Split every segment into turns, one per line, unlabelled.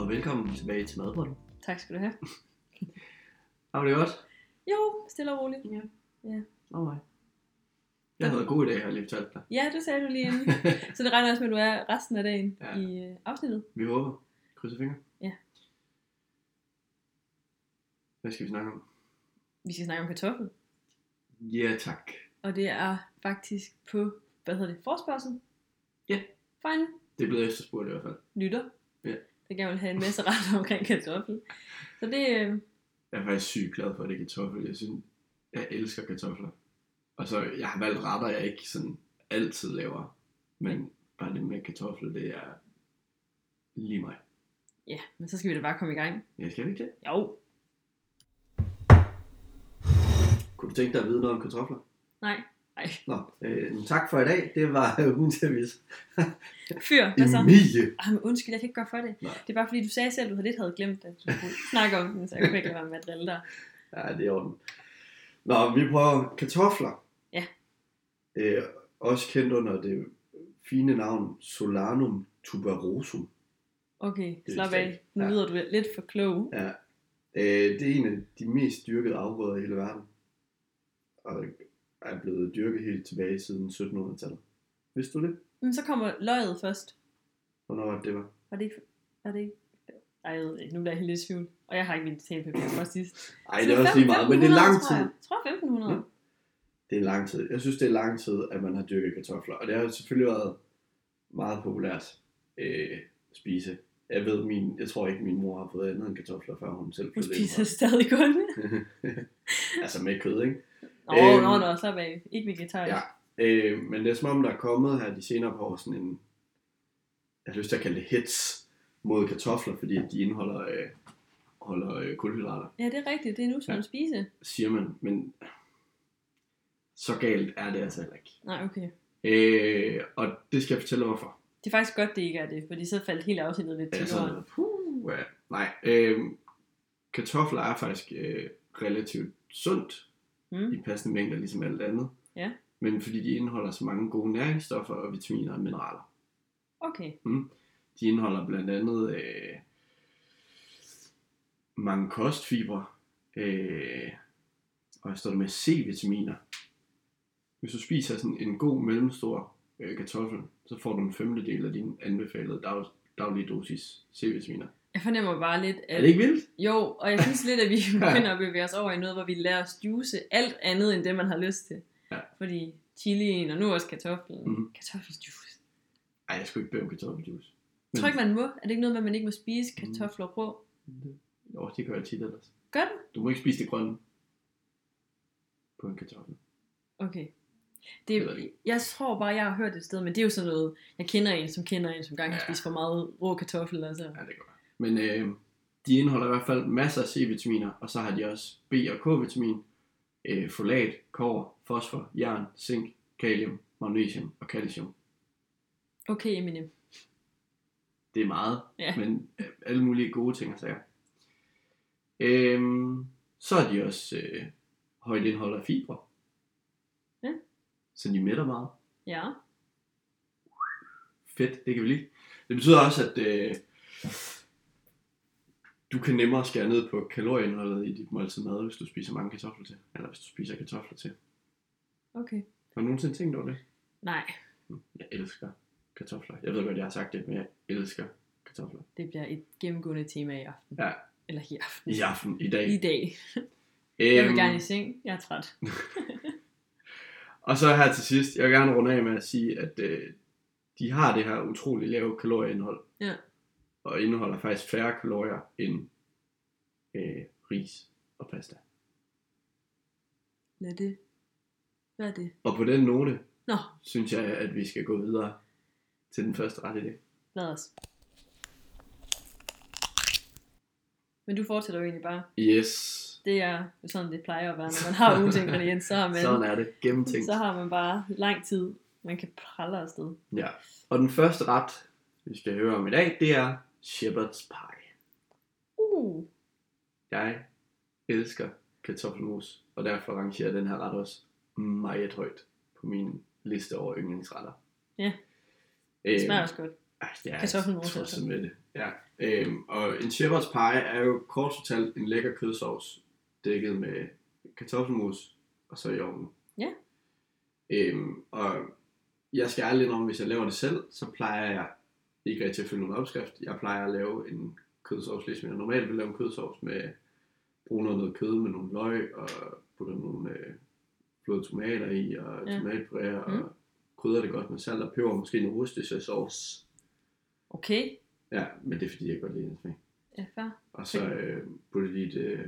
øh, velkommen tilbage til Madbrønden.
Tak skal du have.
Har du det godt?
Jo, stille og roligt.
Ja.
Ja.
Og mig. Jeg havde en god dag, jeg har lige fortalt dig.
Ja, det sagde du lige inden. Så det regner også med, at du er resten af dagen
Ja.
ja. i øh, afsnittet.
Vi håber. Krydser fingre.
Ja.
Hvad skal vi snakke om?
Vi skal snakke om kartoffel.
Ja, tak.
Og det er faktisk på, hvad hedder det, forspørgsel?
Ja.
Fra en
Det er blevet efterspurgt i hvert fald.
lytter.
Ja.
Der gerne vil have en masse ret omkring kartoffel. Så det, øh,
Jeg er faktisk sygt glad for, at det er kartoffel. Jeg synes, jeg elsker kartofler. Og så, jeg har valgt retter, jeg ikke sådan altid laver. Men bare det med kartofler, det er lige mig.
ja, men så skal vi da bare komme i gang.
Ja, skal vi ikke det?
Jo.
Kunne du tænke dig at vide noget om kartofler?
Nej. Nej.
Nå, øh, tak for i dag. Det var ugens avis.
Fyr, hvad så?
Emilie!
Ej, men undskyld, jeg kan ikke gøre for det.
Nej.
Det er bare fordi, du sagde selv, at du havde lidt havde glemt, at du skulle snakke om den, så jeg kunne ikke lade være med at drille dig.
Ja, det er orden. Nå, vi prøver kartofler.
Ja.
Øh, også kendt under det fine navn Solanum tuberosum.
Okay,
Det er
slap
slet-
af. Nu
ja.
lyder du lidt for klog.
Ja. Øh, det er en af de mest dyrkede afgrøder i hele verden. Og er blevet dyrket helt tilbage siden 1700-tallet. Vidste du det?
Men så kommer løget først.
Hvornår var det, det var?
Var det ikke... Var det ikke... Ej, jeg ved det ikke. Nu bliver jeg helt lidt i tvivl. Og jeg har ikke min talepapir fra sidst.
Ej, det er også lige meget, men det er lang tid.
Jeg tror, jeg 1500.
Ja. Det er lang tid. Jeg synes, det er lang tid, at man har dyrket kartofler. Og det har jo selvfølgelig været meget populært øh, at spise. Jeg ved, min, jeg tror ikke, min mor har fået andet end kartofler, før hun selv
Hun
flyttede
spiser stadig kun.
hjemmefra. altså med kød, ikke?
Nå,
Øhm.
nå, nå, slap af. Ikke vegetar.
Ja. Øh, men det er som om, der er kommet her de senere par år sådan en, jeg har lyst til at kalde det hits mod kartofler, fordi de indeholder øh, holder, øh, kulhydrater,
ja, det er rigtigt. Det er nu, som
Ja.
ja. spise.
siger man. Men så galt er det altså heller ikke.
Nej, okay.
Øh, og det skal jeg fortælle dig, hvorfor.
Det er faktisk godt, det ikke er det, fordi så faldt hele afsnittet lidt til
Ja, sådan
jorden.
noget. Puh, ja. Nej, øh, kartofler er faktisk øh, relativt sundt
Mm.
i passende mængder, ligesom alt andet.
Ja.
Men fordi de indeholder så mange gode næringsstoffer og vitaminer og mineraler.
Okay.
De indeholder blandt andet øh, mange kostfibre, øh, og jeg står der med C-vitaminer. Hvis du spiser sådan en god mellemstor øh, kartoffel, så får du en femtedel af din anbefalede dag, daglige dosis C-vitaminer.
Jeg fornemmer bare lidt, at...
Er det ikke vildt?
Jo, og jeg synes lidt, at vi begynder at bevæge os over i noget, hvor vi lærer at juice alt andet, end det, man har lyst til.
Ja.
Fordi chilien, og nu også kartoflen.
Mhm.
Mm. Kartoffeljuice.
Ej, jeg skulle ikke bede om kartoffeljuice.
Jeg tror ikke, man må. Er det ikke noget med, at man ikke må spise
Mhm.
kartofler på?
Åh, det gør jeg tit ellers.
Gør du?
Du må ikke spise det grønne på en kartoffel.
Okay. Det,
Jeg ved det
er- jeg tror bare, jeg har hørt det et sted, men det er jo sådan noget, jeg kender en, som kender en, som gang har
Ja.
spist for meget rå kartoffel. Altså.
Ja, det gør jeg. Men øh, de indeholder i hvert fald masser af C-vitaminer, og så har de også B- og K-vitamin, øh, folat, kår, fosfor, jern, zink, kalium, magnesium og calcium.
Okay, Eminem.
Det er meget,
Ja.
men øh, alle mulige gode ting og sager. Øhm, så er de også øh, højt indhold af fibre.
Ja.
Så de mætter meget.
Ja.
Fedt, det kan vi lide. Det betyder også, at øh, du kan nemmere skære ned på kalorieindholdet i dit måltid mad, hvis du spiser mange kartofler til. Eller hvis du spiser kartofler til.
Okay.
Har du nogensinde tænkt over det?
Nej,
Jeg elsker kartofler. Jeg ved godt, jeg har sagt det, men jeg elsker kartofler.
det bliver et gennemgående tema i aften.
Ja.
Eller i aften.
I aften, i dag.
I dag. Jeg
Øhm.
vil gerne i seng. Jeg er træt.
og så her til sidst, jeg vil gerne runde af med at sige, at øh, de har det her utrolig lave kalorieindhold.
Ja.
Og indeholder faktisk færre kalorier end øh, ris og pasta.
Lad det. Hvad er det?
Og på den note,
Nå,
synes jeg, at vi skal gå videre til den første ret i dag.
lad os. Men du fortsætter jo egentlig bare.
Yes,
Det er jo sådan, det plejer at være, når man har ugens ingrediens, så har man,
sådan er det. Gennemtænkt.
så har man bare lang tid, man kan pralle afsted.
Ja. Og den første ret, vi skal høre om i dag, det er shepherd's pie.
Uh,
Jeg elsker kartoffelmos, og derfor rangerer den her ret også meget højt på min liste over yndlingsretter.
Ja.
Øhm,
det smager også godt.
Ej, det er
Kartoffelmos,
Jeg
altså.
med det. Ja. Øhm, og en shepherd's pie er jo kort fortalt en lækker kødsovs, dækket med kartoffelmos, og så i ovnen.
Ja.
Øhm, og jeg skal ærligt om, hvis jeg laver det selv, så plejer jeg ikke rigtig at følge nogen opskrift. Jeg plejer at lave en kødsovs, ligesom jeg normalt vil lave en kødsovs med bruge noget, noget kød med nogle løg, og putte nogle øh, flåede tomater i, og
Ja.
ja. tomatpuré, og
Mm.
mm. krydder det godt med salt og peber, måske en sovs.
Okay,
Ja, men det er fordi, jeg godt lide den smag.
ja, fair.
Og så
Okay.
øh, putter jeg lige et øh,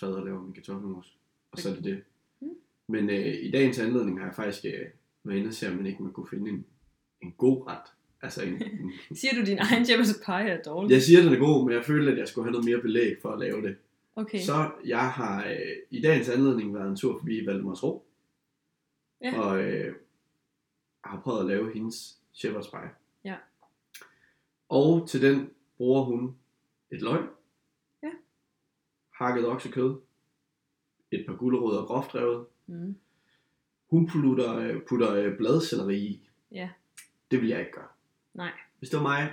fad og laver min kartoffelmos. Og så er det det.
Mm.
Men øh, i dagens anledning har jeg faktisk øh, været inde og se, om man ikke man kunne finde en, en god ret. Altså en, en,
Siger du, din egen shepherd's pie er dårlig?
jeg siger, den er god, men jeg følte, at jeg skulle have noget mere belæg for at lave det.
Okay,
Så jeg har øh, i dagens anledning været en tur forbi Valdemarsro.
Ja.
Og øh, har prøvet at lave hendes shepherd's pie.
Ja.
Og til den bruger hun et løg.
Ja.
Hakket oksekød. Et par gulerødder groft revet.
mm.
Hun putter, øh, putter øh, bladcelleri i.
Ja.
Det vil jeg ikke gøre.
Nej.
Hvis det var mig,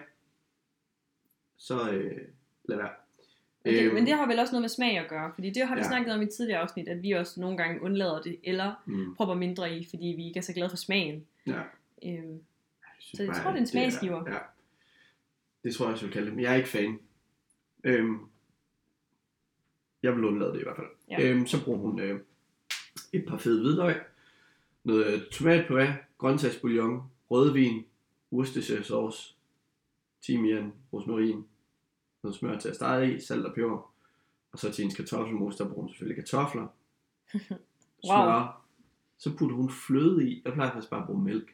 så øh, lad være.
okay.
Øhm,
Men det har vel også noget med smag at gøre, fordi det har vi
Ja.
snakket om i tidligere afsnit, at vi også nogle gange undlader det, eller
mm,
propper mindre i, fordi vi ikke er så glade for smagen.
ja.
Øhm,
synes
Så jeg
bare,
tror, det er en
at
smagsgiver.
Ja. Det tror jeg også, jeg vil kalde det. Men jeg er ikke fan. Øhm, jeg vil undlade det i hvert fald.
Ja.
Øhm, så bruger hun øh, et par fede hvidløg, noget øh, tomatpuré, grøntsagsbouillon, rødvin, Worcestershire-sauce, timian, rosmarin, noget smør til at stege i, salt og peber. Og så til hendes kartoffelmos, der bruger hun selvfølgelig kartofler, smør. Så putter hun fløde i. Jeg plejer faktisk bare at bruge mælk.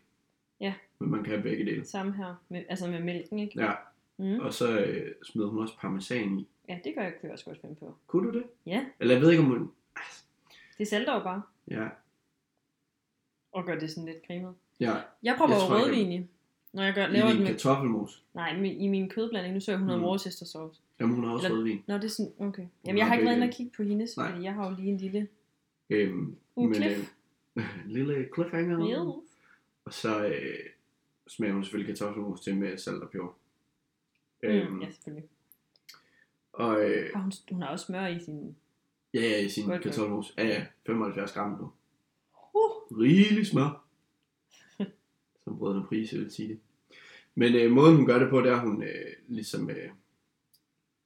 Ja.
Men man kan have begge dele.
samme her, med, altså med mælken, ikke?
Ja,
Mm.
og så øh, smed hun også parmesan i.
Ja, det gør jeg, kunne jeg også godt finde på.
Kunne du det?
Ja.
Eller jeg ved ikke, om hun...
Det salter jo bare,
Ja,
og gør det sådan lidt cremet.
ja.
Jeg propper
Jeg
jo
tror ikke,
rødvin i, når jeg gør,
I
laver det
din
med,
kartoffelmos.
nej, men i min kødblanding. Nu så jeg 100 mm.
Mm.
Worcester sauce.
Jamen, hun har også
Eller-
rødvin.
Nå, det er sådan, okay. Jamen,
har
jeg har ikke været inde
begge
og kigge på hendes,
Nej.
fordi jeg har jo lige en lille
Øhm,
uklip.
øh, lille cliffhanger.
Ja.
Og så øh, smager hun selvfølgelig kartoffelmos til med salt og peber. Øhm,
Mm, ja, selvfølgelig.
Og øh,
Og hun, hun har også smør i sin...
ja, ja, i sin
Godt,
kartoffelmos. Ja, ja, 75 gram nu.
Uh,
Rigelig smør. Som brødrene Prise vil sige det. Men øh, måden hun gør det på, det er, at hun øh, ligesom øh,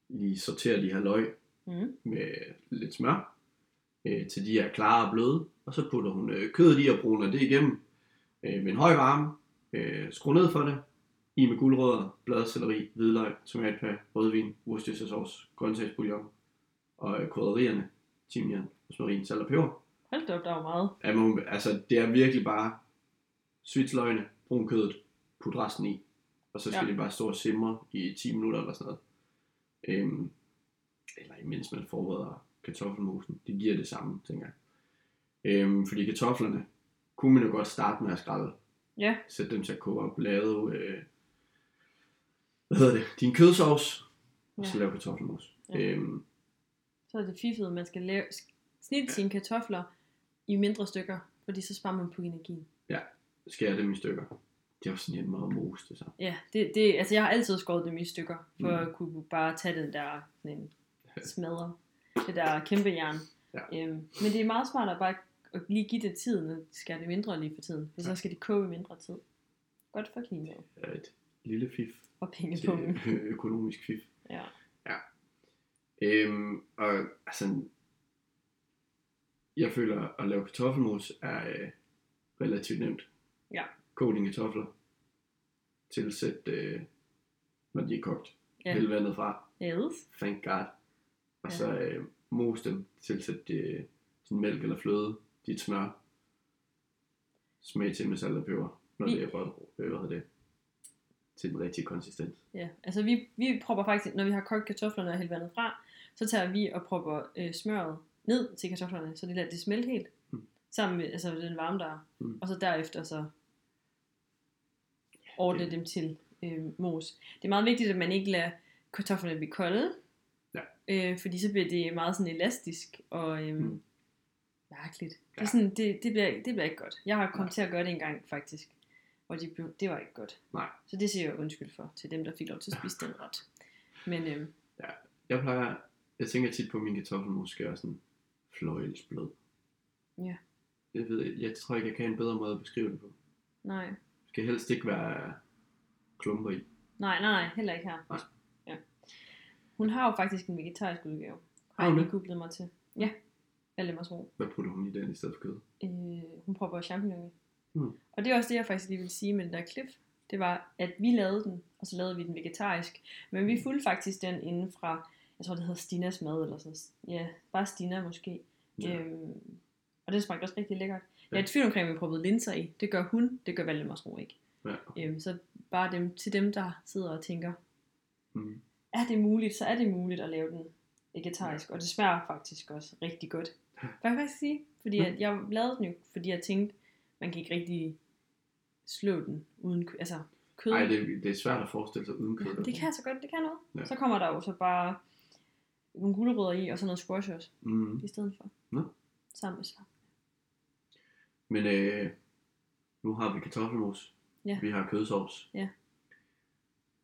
lige sorterer de her løg
Mm.
med lidt smør, øh, til de er klare og bløde. Og så putter hun øh, kødet i og bruner det igennem øh, med en høj varme. Øh, skru ned for det. I med guldrødder, bladcelleri, hvidløg, tomatpær, rødvin, Worcestershire-sauce, grøntsagsbouillon og øh, krydderierne, timian, rosmarin, salt og peber.
hold da op, der var meget.
Ja, men hun, altså, det er virkelig bare svitsløgene, brun kødet, put resten i, og så skal
Ja.
ja. det bare stå og simre i 10 minutter eller sådan noget. Øhm, eller imens man forbereder kartoffelmosen. Det giver det samme, tænker jeg. Øhm, fordi kartoflerne kunne man jo godt starte med at skrælle.
Ja.
Sætte dem til at koge op, lave, øh, hvad hedder det, din kødsovs, og så
Ja.
lave kartoffelmos.
Ja.
Ja. Øhm,
Så er det fiffet, at man skal lave, snitte sine kartofler i mindre stykker, fordi så sparer man på energien.
skære dem i stykker. Det er også sådan hjemme at mose det sammen.
Ja, det, det, altså jeg har altid skåret dem i stykker, for
Mm.
at kunne bare tage den der sådan en smadre, det der kæmpe jern.
Ja.
Øhm, men det er meget smart at bare at lige give det tiden, at skære det mindre lige for tiden, for så
Ja.
skal det koge i mindre tid. Godt for klimaet
er et lille fif
og
til
pengepungen.
ø- Øh, økonomisk fif.
Ja.
ja. Øhm, og altså, jeg føler, at lave kartoffelmos er øh, relativt nemt.
Ja.
Kog dine kartofler. Tilsæt, øh, når de er kogt.
Ja.
Ja. Hæld vandet fra.
Yes.
Thank God. Og
Ja.
ja. så øh, mos dem. Tilsæt øh, din mælk eller fløde. Dit smør. Smag til med salt og peber, når
Vi-
det er rød, øh, hvad hedder det, til den rigtige konsistens.
Ja, altså vi, vi propper faktisk, når vi har kogt kartoflerne og hældt vandet fra, så tager vi og propper øh, smøret ned til kartoflerne, så det lader det smelte helt,
Mm.
sammen med altså, den varme, der er.
Mm.
Og så derefter så ordne
det-
dem til øh, mos. Det er meget vigtigt, at man ikke lader kartoflerne blive kolde,
Ja.
øh, fordi så bliver det meget sådan elastisk og øh, mm.
Mm.
mærkeligt. Det, er
Ja.
sådan, det, det, bliver, det bliver ikke godt. Jeg har kommet
Nej.
til at gøre det engang faktisk, Og de blev, det var ikke godt.
Nej.
Så det siger jeg undskyld for til dem, der fik lov til at spise den ret. Men øhm,
Jeg plejer, jeg tænker tit på, at min kartoffel måske er sådan fløjelsblød.
Ja.
Jeg, ved, jeg jeg tror ikke, jeg kan en bedre måde at beskrive det på.
nej.
Det skal helst ikke være klumper i.
Nej, nej, nej, heller ikke her.
Nej.
Ja. Hun har jo faktisk en vegetarisk udgave. Har
Har hun
jeg
det?
lige googlet mig til. Ja, af lemmersro.
Hvad putter hun i den i stedet for kød?
Øh, hun prøver champignon i.
Mm.
Og det er også det, jeg faktisk lige vil sige med den der klip. Det var, at vi lavede den, og så lavede vi den vegetarisk. Men
Hmm.
vi fulgte faktisk den inden fra, jeg tror det hedder Stinas mad, eller sådan Ja, bare Stina måske. Ja. Øhm, og den smagte også rigtig lækkert. Jeg er i
Ja.
tvivl omkring, om vi prøvede linser i. Det gør hun, det gør Valdemarsro ikke.
Ja.
Øhm, så bare dem, til dem, der sidder og tænker,
Mm.
er det muligt, så er det muligt at lave den vegetarisk. Og det smager faktisk også rigtig godt. Hvad kan jeg sige? Fordi at jeg lavede den jo, fordi jeg tænkte, man kan ikke rigtig slå den uden kød. Altså kød.
Ej, det, det er svært at forestille sig uden kød.
ja, det kan så godt, det kan noget.
Ja.
Så kommer der jo så bare nogle gulerødder i, og så noget squash også,
Mm.
i stedet for.
Nå.
Sammen med slap.
Men øh, nu har vi kartoffelmos.
Ja.
Vi har kødsovs.
Ja.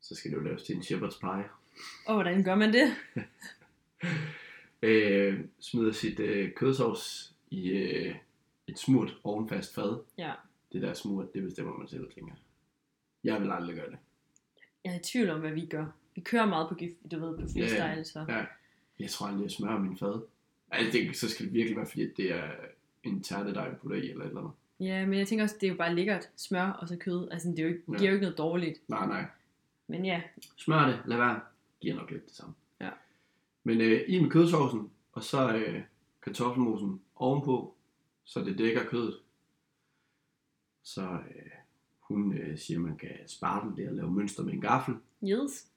Så skal det jo laves til en shepherd's pie.
Og hvordan gør man det?
Øh, smider sit øh, kødsovs i øh, et smurt ovenfast fad.
Ja.
Det der smurt, det bestemmer man selv, tænker jeg. Jeg vil aldrig gøre det.
Jeg er i tvivl om, hvad vi gør. Vi kører meget på gift, du ved, på freestyle, yeah. så.
Ja. Jeg tror aldrig, jeg smører min fad. Altså, det, så skal det virkelig være, fordi det er en tærtedej, jeg putter i, eller et eller andet.
Ja, men jeg tænker også, det er jo bare lækkert. Smør og så kød. Altså, det er jo ikke,
Ja.
giver jo ikke noget dårligt.
Nej, nej.
Men ja,
Smør det, lad være. Giver nok lidt det samme.
Ja.
Men øh, i med kødsovsen, og så øh, kartoffelmosen ovenpå, så det dækker kødet. Så øh, hun øh, siger, at man kan spartle det og lave mønster med en gaffel.
yes.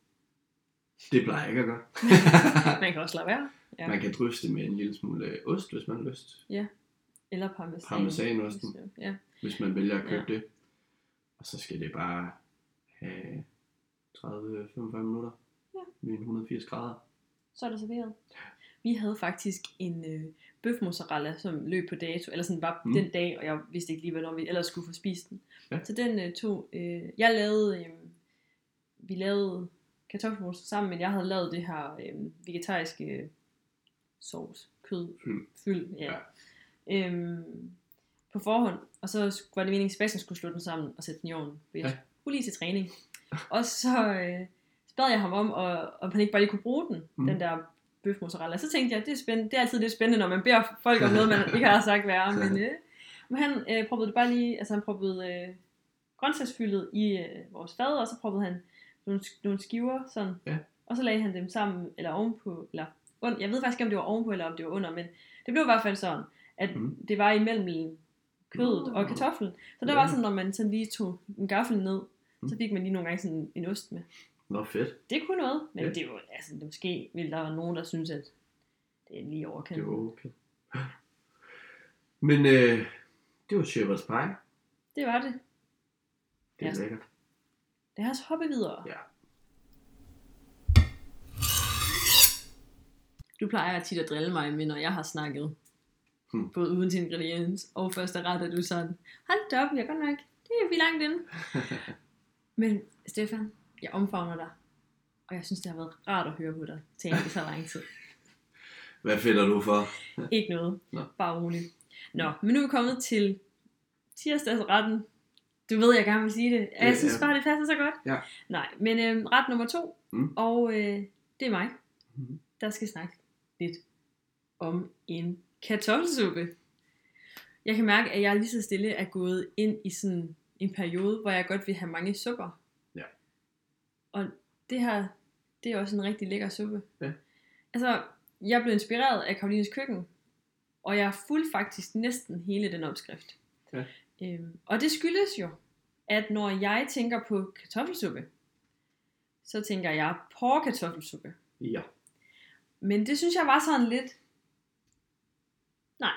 Det plejer jeg ikke at gøre.
Man kan også lade være. Ja.
man kan drysse det med en lille smule øh, ost, hvis man har lyst.
Eller parmesan.
Parmesanosten,
Ja.
hvis man vælger at købe ja. det. Og så skal det bare have 30-45 minutter
Ja.
ved en 180 grader.
Så er det serveret. Vi havde faktisk en øh, bøf mozzarella, som løb på dato, eller sådan bare mm.
Mm.
den dag, og jeg vidste ikke lige, hvornår vi ellers skulle få spist den.
Ja.
Så den øh, tog, øh, jeg lavede, øh, vi lavede kartoffelmos sammen, men jeg havde lavet det her øh, vegetariske øh, sovs, kød,
Fyld.
fyld ja. ja. Øhm, på forhånd, og så sk- var det meningen, at Sebastian skulle slå den sammen og sætte den i ovnen, for jeg
Ja.
skulle lige til træning. Og så øh, så bad jeg ham om, og, om han ikke bare lige kunne bruge den, mm.
Mm.
den der bøf mozzarella. Så tænkte jeg, det er, spændende. det er altid lidt spændende, når man beder folk om noget, man ikke har sagt være. Men, øh, men han øh, proppede det bare lige, altså han proppede øh, grøntsagsfyldet i øh, vores fad, og så proppede han nogle, sk- nogle skiver sådan.
Ja.
Og så lagde han dem sammen, eller ovenpå, eller und, jeg ved faktisk ikke, om det var ovenpå, eller om det var under, men det blev i hvert fald sådan, at mm.
Mm.
det var imellem kødet
Mm.
og kartoflen. Så der
Ja.
var sådan, når man sådan lige tog en gaffel ned, så
Mm.
fik man lige nogle gange sådan en ost med
Nå, fedt.
det kunne noget, men ja.
Ja.
det er jo, altså, det måske vil der være nogen, der synes, at det er lige overkendt.
Det var okay. Men øh, det var Shepherd's Pie.
det var det.
Det er
Ja.
ja. lækkert.
Lad os hoppe videre.
Ja.
Du plejer tit at drille mig med, når jeg har snakket. Hmm.
Hmm.
Både uden til ingrediens og første ret, at du sådan, hold da op, jeg er godt nok, det er vi langt inde. men Stefan, jeg omfavner dig. Og jeg synes, det har været rart at høre på dig tale i så lang tid.
Hvad finder du for?
Ikke noget.
Nå.
Bare roligt. Nå, men nu er vi kommet til tirsdagsretten. Du ved, jeg gerne vil sige det. Jeg
Ja,
synes
ja.
bare, det passer så godt.
Ja.
Nej, men øh, ret nummer to.
Mm.
Og øh, det er mig,
Mhm.
der skal snakke lidt om en kartoffelsuppe. Jeg kan mærke, at jeg lige så stille er gået ind i sådan en periode, hvor jeg godt vil have mange supper.
Ja.
Og det her, det er også en rigtig lækker suppe.
Ja.
Altså, jeg blev inspireret af Karolines køkken, og jeg fulgte faktisk næsten hele den opskrift.
Ja.
Øhm, og det skyldes jo, at når jeg tænker på kartoffelsuppe, så tænker jeg porkartoffelsuppe.
Ja.
Men det synes jeg var sådan lidt... Nej.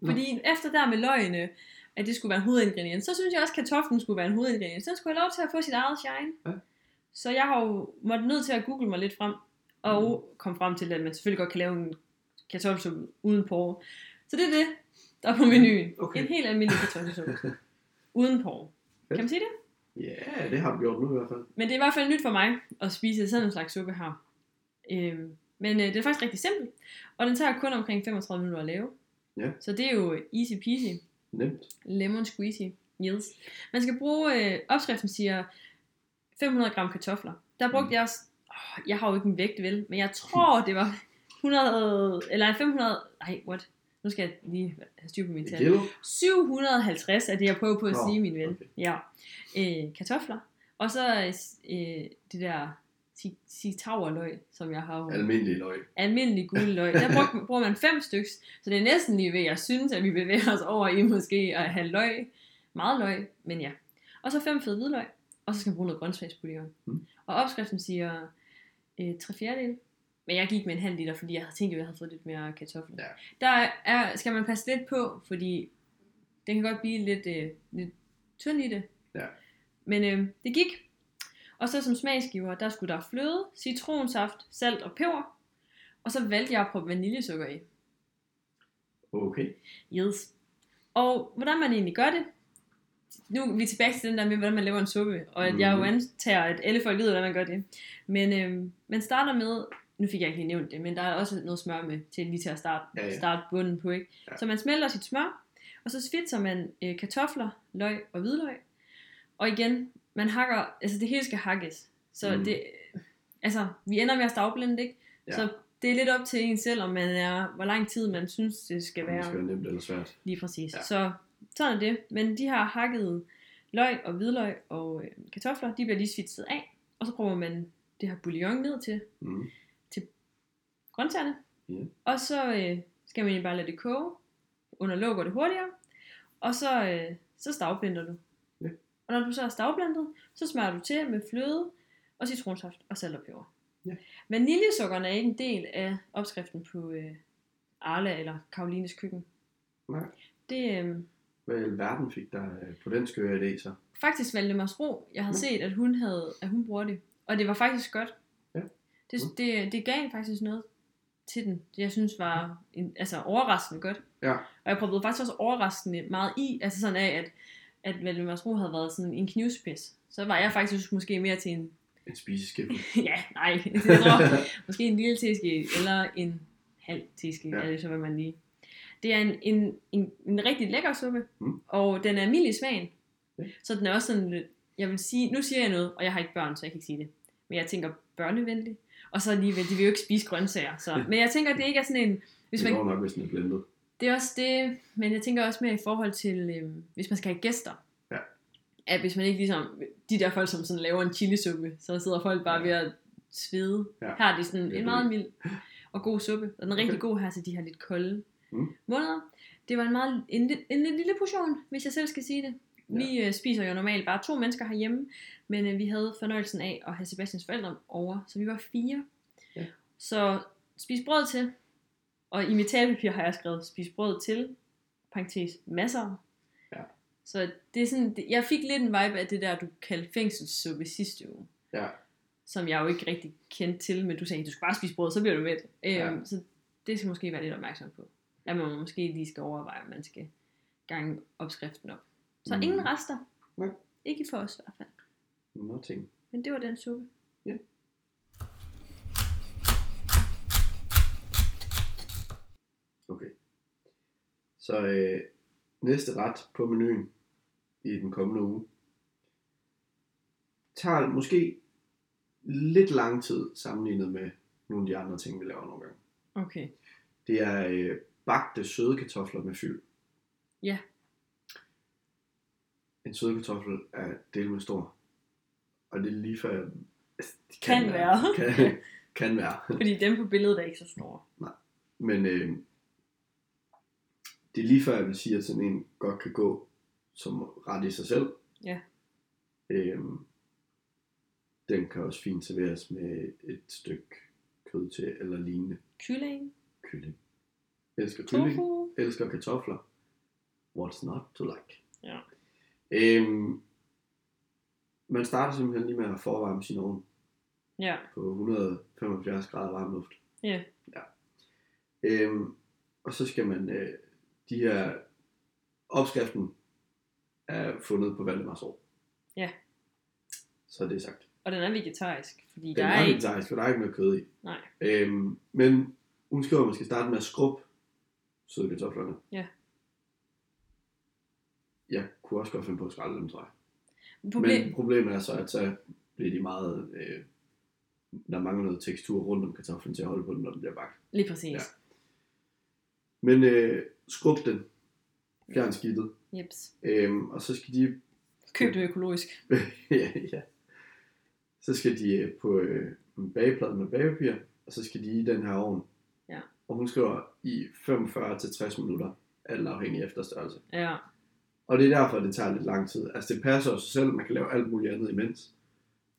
Nå.
Fordi efter der med løgene, at det skulle være en hovedingrediens, så synes jeg også, at kartoflen skulle være en hovedingrediens. Den skulle have lov til at få sit eget shine.
Ja.
Så jeg har jo måttet nødt til at google mig lidt frem, og
Mm.
kom frem til, at man selvfølgelig godt kan lave en kartoffelsuppe uden porre. Så det er det, der er på menuen.
Okay.
En helt almindelig kartoffelsuppe. uden porre.
Fedt.
Kan man sige det?
Ja, det har du gjort nu i hvert fald.
Men det er i hvert fald nyt for mig at spise sådan en slags suppe her. Øhm, men øh, det er faktisk rigtig simpelt, og den tager kun omkring 35 minutter at lave.
Ja.
Så det er jo easy peasy,
Nemt.
lemon squeezy, yes. Man skal bruge, øh, opskriften siger 500 gram kartofler. Der brugte
Mm.
mm. jeg, også- åh, jeg har jo ikke en vægt vel, men jeg tror det var 100, eller 500, nej what, nu skal jeg lige have styr på min
I
tal.
kilo?
750 er det, jeg prøver på at
Nå,
sige, min ven.
okay.
Ja. Øh, kartofler. Og så øh, det der ci- citauerløg, som jeg har jo.
Almindelig løg.
Almindelig gule løg. Der brug, bruger man fem stykker, så det er næsten lige ved, jeg synes, at vi bevæger os over i måske at have løg. Meget løg, men ja. Og så fem fede hvidløg, og så skal man bruge noget grøntsagsbouillon.
Mm.
Og opskriften siger øh, tre fjerdedel. Men jeg gik med en halv liter, fordi jeg havde tænkt, at jeg havde fået lidt mere kartofler.
Ja.
Der er, skal man passe lidt på, fordi den kan godt blive lidt, øh, lidt tynd i det.
Ja.
Men øh, det gik. Og så som smagsgiver, der skulle der fløde, citronsaft, salt og peber. Og så valgte jeg at proppe vaniljesukker i.
Okay.
Yes. Og hvordan man egentlig gør det, nu er vi tilbage til den der med, hvordan man laver en suppe, og at jeg jo
Mhm.
antager, at alle folk ved, hvordan man gør det. Men øhm, man starter med, nu fik jeg ikke lige nævnt det, men der er også noget smør med til lige til at starte,
Ja,
ja,
ja.
ja. starte bunden på, ikke?
Ja.
Ja. Så man smelter sit smør, og så svitser man øh, kartofler, løg og hvidløg. Og igen, man hakker, altså det hele skal hakkes. Så
Mhm.
mm. det, altså vi ender med at stavblende, ikke?
Ja.
Ja. Så det er lidt op til en selv, om man er, hvor lang tid man synes, det skal
Det
være.
skal være nemt eller svært.
Lige præcis.
Ja.
Ja. Så sådan er det. Men de her hakkede løg og hvidløg og øh, kartofler, de bliver lige svitset af. Og så prøver man det her bouillon ned til
Mm.
grøntsagerne.
Ja.
Og så øh, skal man egentlig bare lade det koge. Under låg går det hurtigere. Og så, øh, så stavblender du.
Ja.
Og når du så er stavblendet, så smører du til med fløde og citronsaft og salt og peber.
Ja.
Vaniljesukkerne er ikke en del af opskriften på øh, Arla eller Karolines køkken.
Nej.
Det, øh,
Hvad i alverden fik der øh, på den skøre idé så?
faktisk Valdemars Ro, jeg havde
Nå.
set, at hun, havde, at hun bruger det. Og det var faktisk godt.
Ja. Mm.
Det,
Nå.
det, det gav faktisk noget til den. Det jeg synes var en, altså, overraskende godt.
Ja.
Og jeg prøvede faktisk også overraskende meget i, altså sådan af, at, at Valdemars Ro havde været sådan en knivspids. Så var jeg faktisk måske mere til en,
En spiseske.
ja, nej, jeg tror, Måske en lille teske, eller en halv teske,
Ja.
ja. eller så hvad man lige. Det er en, en, en, en rigtig lækker suppe,
Mm.
mm. og den er mild i smagen.
Ja.
Så den er også sådan lidt, jeg vil sige, nu siger jeg noget, og jeg har ikke børn, så jeg kan ikke sige det. Men jeg tænker børnevenlig. Og så alligevel, de vil jo ikke spise grøntsager. Så. Men jeg tænker, det ikke er sådan en, hvis
det
man,
går nok, hvis den er blendet.
det er også det, men jeg tænker også mere i forhold til, øh, hvis man skal have gæster.
Ja.
At hvis man ikke ligesom, de der folk, som sådan laver en chilisuppe, så sidder folk bare
Ja.
ja. ved at svede.
Ja.
Ja. Her er det sådan
Ja,
en
det-
meget mild og god suppe, og den er rigtig
Okay.
god her til de her lidt kolde
Mm.
mm. måneder. Det var en meget en, li- en, en lille portion, hvis jeg selv skal sige det.
Ja.
Vi øh, spiser jo normalt bare to mennesker herhjemme, men øh, vi havde fornøjelsen af at have Sebastians forældre over, så vi var fire.
Ja.
Så spis brød til, og i mit talepapir har jeg skrevet, spis brød til, parentes, masser.
Ja.
Så det er sådan, det, jeg fik lidt en vibe af det der, du kaldte fængselssuppe sidste uge.
Ja.
Som jeg jo ikke rigtig kendte til, men du sagde, du skal bare spise brød, så bliver du mæt. Øhm,
Ja.
Så det skal måske være lidt opmærksom på. At man måske lige skal overveje, om man skal gange opskriften op. Så
Mm.
mm. ingen rester.
Nej.
Ikke for os i hvert fald.
Nothing.
Men det var den suppe.
Ja. Okay. Så øh, næste ret på menuen i den kommende uge tager måske lidt lang tid sammenlignet med nogle af de andre ting, vi laver nogle gange.
Okay.
Det er øh, bagte søde kartofler med fyld.
Ja.
En søde kartoffel er del med stor. Og det er lige før... jeg- altså, Det
Kan være.
Kan, kan være.
Fordi dem på billedet er ikke så store.
Men øh, det er lige før, jeg vil sige, at sådan en godt kan gå som ret i sig selv.
Ja.
Øh, den kan også fint serveres med et stykke kød til, eller lignende
Kylling,
kylling. Elsker kylling.
tofu.
elsker kartofler. What's not to like?
Ja.
Øhm, man starter simpelthen lige med at forvarme sin ovn
Ja.
på 175 grader varm luft.
Ja.
ja. Øhm, og så skal man, øh, de her, opskriften er fundet på Valdemars år.
Ja.
Så er det sagt.
Og den er vegetarisk, fordi
Den
der
er
er ikke...
vegetarisk, og der er ikke noget kød i.
Nej.
Øhm, men hun skriver, at man skal starte med at skrubbe søde kartoflerne.
Ja.
Jeg kunne også godt finde på at skrælle dem, tror jeg.
Problem...
Men problemet er så, at så bliver de meget... Øh, der mangler noget tekstur rundt om kartoflen til at holde på den, når den bliver bagt.
Lige præcis.
Ja. Men øh, skrub den. Fjern skidtet.
Jeps.
Øhm, og så skal de
Køb det økologisk.
ja, ja. Så skal de øh, på øh, en bageplade med bagepapir, og så skal de i den her ovn.
Ja.
Og hun skriver i 45-60 minutter, alt afhængig efter størrelse.
Ja.
Og det er derfor, det tager lidt lang tid. Altså det passer jo sig selv, man kan lave alt muligt andet imens.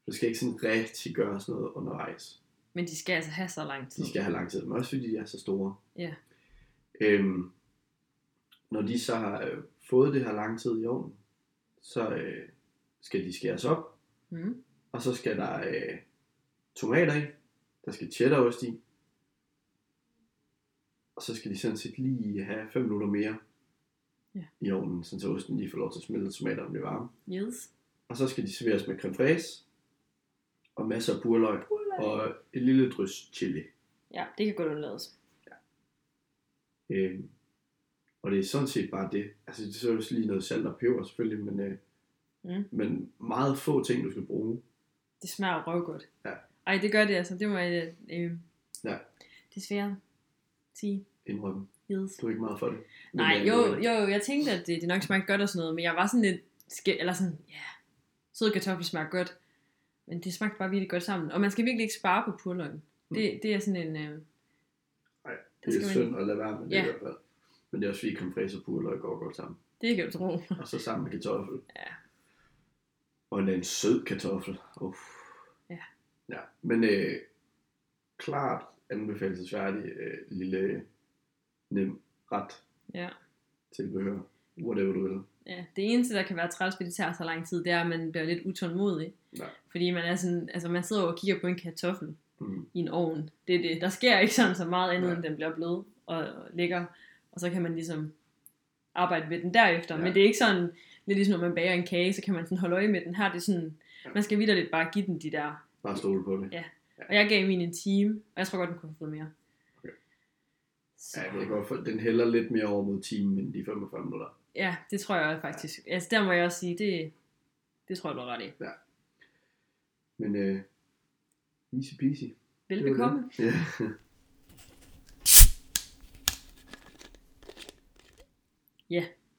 Du skal ikke sådan rigtig gøre sådan noget undervejs.
Men de skal altså have så lang tid.
De skal have lang tid, men også fordi de er så store.
Ja.
Øhm, når de så har øh, fået det her lang tid i ovnen, så øh, skal de skæres op,
Mm.
Og så skal der øh, tomater i. Der skal cheddarost i. Og så skal de sådan set lige have 5 minutter mere
Ja.
i ovnen, sådan så osten lige får lov til at smelte, og tomaterne bliver varme.
Yes.
Og så skal de serveres med creme fraise, og masser af burløg, og et lille drys chili.
Ja, det kan godt undlades.
Øh, og det er sådan set bare det. Altså, det er også lige noget salt og peber selvfølgelig, men, øh,
Mm.
men meget få ting, du skal bruge.
Det smager røvgodt.
Ja.
Ej, det gør det altså. Det må jeg øh,
Ja.
desværre sige.
Indrømme,
Yes.
du er ikke meget for det. Men,
Nej,
øh,
jo, jo, jo, jeg tænkte, at det, det nok smagte godt og sådan noget, men jeg var sådan lidt, skæ- eller sådan, ja, yeah, søde kartofler smager godt, men det smagte bare virkelig godt sammen. Og man skal virkelig ikke spare på purløggen. Det, det er sådan en, øh,
Nej,
der
Mm. Det er
skal
synd
man,
at lade være med det
Ja.
i hvert fald. Men det er også fordi creme fraise og purløg går godt sammen.
det kan du tro.
Og så sammen med kartoffel.
Ja.
Og en, en sød kartoffel. Uff.
Ja.
ja. Men øh, klart anbefalesværdig øh, lille nem ret
Ja.
tilbehør. Whatever du vil.
Ja, det eneste, der kan være træls, fordi det tager så lang tid, det er, at man bliver lidt utålmodig.
Ja.
Fordi man, er sådan, altså, man sidder jo og kigger på en kartoffel
Mm.
i en ovn. Det er det. Der sker ikke sådan så meget andet,
Nej.
end den bliver blød og lækker. Og så kan man ligesom arbejde ved den derefter.
Ja.
Ja. Men det er ikke sådan, lidt ligesom når man bager en kage, så kan man sådan holde øje med den her. Det er sådan,
Ja.
man skal videre lidt bare give den de der.
Bare stole på det.
Ja. Og jeg gav min en time, og jeg tror godt, den kunne have fået mere.
Okay.
Så,
Ja, jeg ved godt, for den hælder lidt mere over mod timen end de 45 minutter.
ja, det tror jeg også faktisk. Altså der må jeg også sige, det, det tror jeg, du har ret i.
Men øh, easy peasy. Det var det.
Velbekomme.
Ja.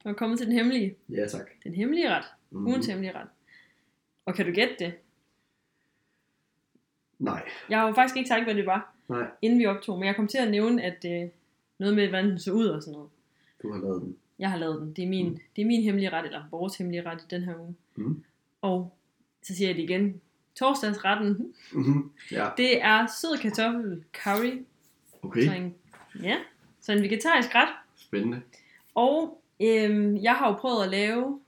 Nu er vi kommet til den hemmelige.
ja, tak.
Den hemmelige ret.
Mm.
Ugens hemmelige ret. Og kan du gætte det?
Nej.
Jeg har jo faktisk ikke tænkt, hvad det var,
Nej,
inden vi optog, men jeg kom til at nævne, at øh, noget med, hvordan den så ud og sådan noget.
du har lavet den.
Jeg har lavet den. Det er min,
Mm.
mm. det er min hemmelige ret, eller vores hemmelige ret i den her uge.
Mm.
Og så siger jeg det igen. Torsdagsretten,
Mhm. ja,
det er sød kartoffel curry.
okay.
Så en, ja, så en vegetarisk ret.
Spændende.
Og øhm, jeg har jo prøvet at lave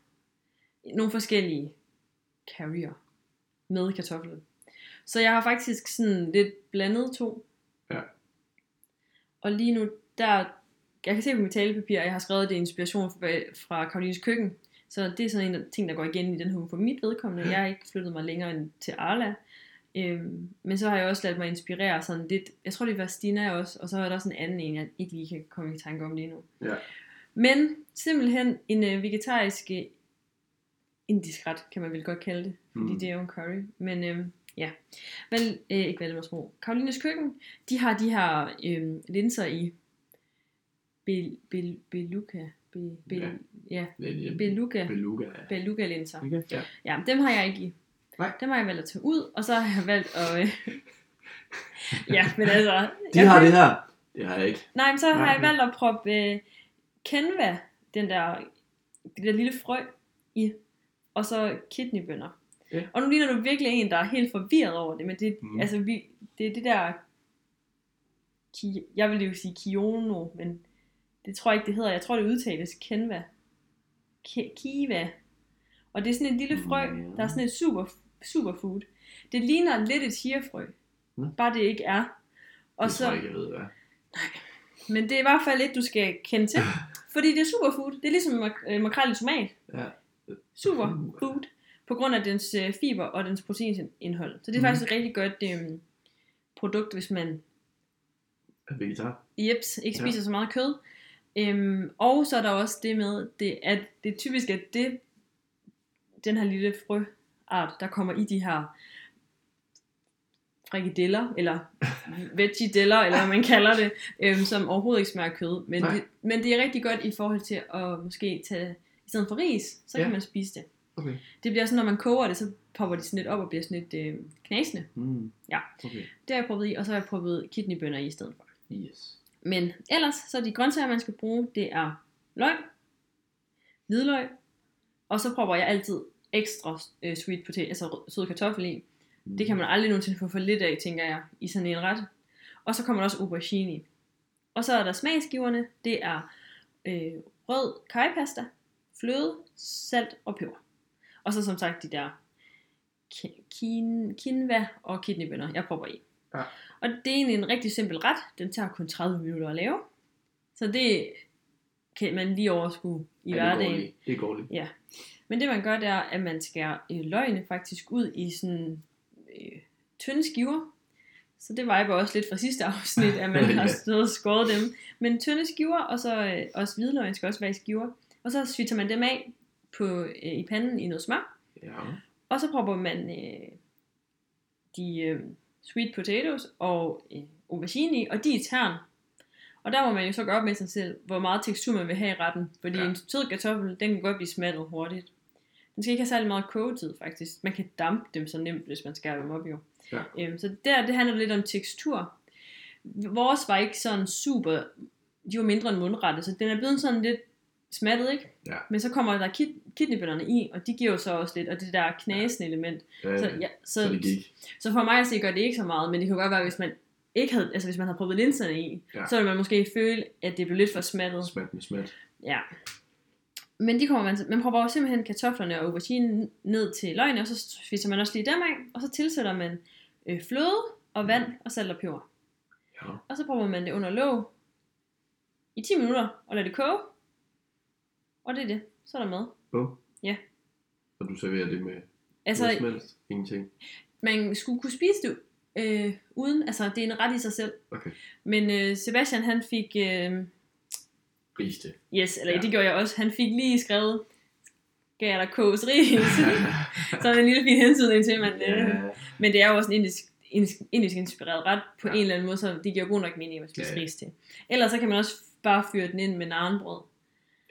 nogle forskellige carrier med kartofler. Så jeg har faktisk sådan lidt blandet to.
Ja.
Og lige nu, der... Jeg kan se på mit talepapir, at jeg har skrevet, det er inspiration fra, fra Karolines køkken. Så det er sådan en af de ting, der går igen i den her uge for mit vedkommende. Jeg har ikke flyttet mig længere end til Arla. Øhm, men så har jeg også ladet mig inspirere sådan lidt. Jeg tror, det var Stina også, og så er der også en anden en, jeg ikke lige kan komme i tanke om lige nu.
Ja.
Men simpelthen en øh, vegetarisk øh, indisk ret, kan man vel godt kalde det fordi
Mm.
det er jo en curry. Men øhm, ja, Val, øh, ikke Valdemarsro. Karolines Køkken, de har de her øhm, linser i bel, bel, beluga, be, be,
Ja.
ja. Ja,
Vælge.
beluga,
Beluga. ja.
beluga linser.
Okay. Ja.
Ja, dem har jeg ikke i.
Nej.
Dem har jeg valgt at tage ud, og så har jeg valgt at... Øh, ja, men altså...
De
jeg
har
føler-
det her. Det har jeg ikke.
Nej, men så har
Nej.
jeg valgt at proppe øh, kenva, den der, det der lille frø, i, og så kidneybønner.
Ja.
Og nu ligner du virkelig en, der er helt forvirret over det, men det,
Mm.
mm. altså, vi, det er det der, ki, jeg vil jo sige kiono, men det tror jeg ikke, det hedder. Jeg tror, det udtales kenva. Ki- kiva. Og det er sådan et lille frø,
Mm.
der er sådan et super, superfood. Det ligner lidt et chiafrø,
Mm.
bare det ikke er. Og
det
så,
tror jeg ikke, jeg ved, hvad.
men det er i hvert fald et, du skal kende til. Fordi det er superfood. Det er ligesom mak- øh, makrel i tomat.
Ja.
Superfood. På grund af dens øh, fiber og dens proteinindhold. Så det er
Mhm.
mm. faktisk et rigtig godt øh, produkt, hvis man
Er vegetar?
jeps, ikke
Ja.
spiser så meget kød. Øhm, og så er der også det med, det, at det er typisk, at det, den her lille frøart, der kommer i de her frikadeller, eller veggideller, eller hvad man kalder det, øhm, som overhovedet ikke smager af kød. Men
Nej.
det, men det er rigtig godt i forhold til at måske tage, i stedet for ris,
Ja.
så ja. kan man spise det.
Okay.
Det bliver sådan, når man koger det, så popper de sådan lidt op og bliver sådan lidt øh, knasende.
Mm.
Ja.
Okay.
Det har jeg prøvet i, og så har jeg prøvet kidneybønner i i stedet for.
Yes.
Men ellers, så de grøntsager, man skal bruge, det er løg, hvidløg, og så prøver jeg altid ekstra øh, sweet potato, altså rød- sød kartoffel i.
Mm.
Det kan man aldrig nogensinde få for lidt af, tænker jeg, i sådan en ret. Og så kommer der også aubergine i. Og så er der smagsgiverne, det er øh, rød kajpasta, fløde, salt og peber. Og så som sagt de der ki- kin- quinoa og kidneybønner, jeg propper i.
Ja.
Og det er egentlig en rigtig simpel ret, den tager kun 30 minutter at lave. Så det kan man lige overskue i
Mhm. Ja,
hverdagen.
Det er gårdligt.
Men det man gør, det er, at man skærer øh, løgene faktisk ud i sådan øh, tynde skiver. Så det viber også lidt fra sidste afsnit, at man
Ja.
har stået og skåret dem. Men tynde skiver, og så øh, også hvidløgn skal også være i skiver. Og så svitser man dem af på, øh, i panden i noget smør.
Ja.
Og så propper man øh, de øh, sweet potatoes og øh, aubergine i, og de er i tern. Og der må man jo så gå op med sig selv, hvor meget tekstur man vil have i retten. Fordi
Ja.
ja. en sød kartoffel, den kan godt blive smattet hurtigt. Den skal ikke have særlig meget kogetid, faktisk. Man kan dampe dem så nemt, hvis man skærer dem op, jo.
Ja.
Øhm, så der, det handler lidt om tekstur. Vores var ikke sådan super... De var mindre end mundrette, så den er blevet sådan lidt smattet, ikke?
Ja.
Men så kommer der kid, kidneybønderne i, og de giver jo så også lidt, og det der knasende element.
Ja,
Så, ja, så,
så det gik.
så for mig at se gør det ikke så meget, men det kan godt være, hvis man ikke havde, altså hvis man havde prøvet linserne i,
Ja.
ja. så ville man måske føle, at det blev lidt for smattet.
Smat med smat.
Ja. Men de kommer man, man prøver jo simpelthen kartoflerne og aubergine ned til løgene, og så spiser man også lige dem af, og så tilsætter man øh, fløde og vand og salt og peber.
Ja.
Og så prøver man det under låg i 10 minutter og lader det koge. Og det er det. Så er der mad.
Bum.
Ja.
Og du serverer det med altså,
Altså,
noget som helst. Ingenting.
man skulle kunne spise det øh, uden, altså det er en ret i sig selv.
Okay.
Men øh, Sebastian han fik, øh,
Ris det.
yes, eller
Ja.
ja. det gjorde jeg også, han fik lige skrevet, gav der koges ris? så er det en lille fin hensydning til, at man, yeah.
ja.
men øh, det er jo også en indisk, indisk, indisk inspireret ret på
Ja.
ja. en eller anden måde, så det giver god nok mening, at man spiser
Ja,
yeah.
ja.
ris til. Ellers så kan man også bare fyre den ind med narnbrød.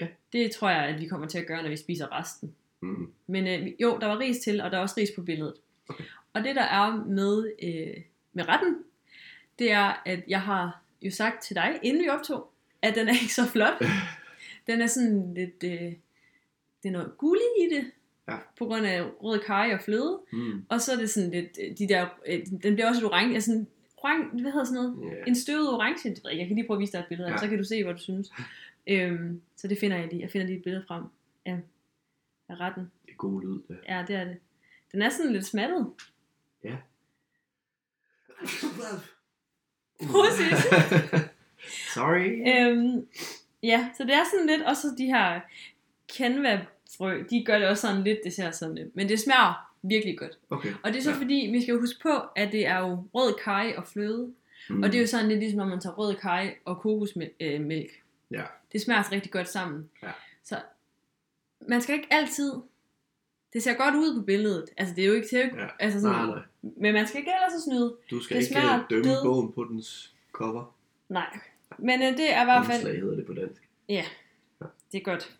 Ja.
Det tror jeg, at vi kommer til at gøre, når vi spiser resten.
Mm.
Men øh, jo, der var ris til, og der er også ris på billedet.
Okay.
Og det der er med, øh, med retten, det er, at jeg har jo sagt til dig, inden vi optog, at den er ikke så flot. Den er sådan lidt, øh, det er noget gullig i det,
Ja.
på grund af rød karry og fløde.
Mm.
Og så er det sådan lidt, øh, de der, øh, den bliver også lidt orange, altså sådan, orange, hvad hedder sådan noget?
Ja.
En støvet orange, det ved jeg ikke, jeg kan lige prøve at vise dig et billede af,
Ja.
ja. så kan du se, hvad du synes. øhm, så det finder jeg lige, jeg finder lige et billede frem af, af retten.
Det er god lyd, det.
Ja, det er det. Den er sådan lidt smattet.
Mm.
Præcis.
Sorry.
Øhm, ja, så det er sådan lidt, også de her canva-frø, de gør det også sådan lidt, det ser sådan lidt. Men det smager virkelig godt.
Okay.
Og det er så
Ja.
ja. fordi, vi skal jo huske på, at det er jo rød kaj og fløde. Mm.
Mm.
Og det er jo sådan lidt ligesom, når man tager rød kaj og kokosmælk. Øh, mælk.
Ja.
Det smager altså rigtig godt sammen.
Ja.
Så man skal ikke altid... Det ser godt ud på billedet. Altså, det er jo ikke til...
Ja.
Altså,
Nej,
sådan,
nej.
men man skal ikke ellers så snyde.
Du skal
Det
ikke
smager
øh, dømme
død.
bogen på dens cover.
Nej. Men øh, det er i hvert fald...
Omslag hedder det på dansk.
Det er godt.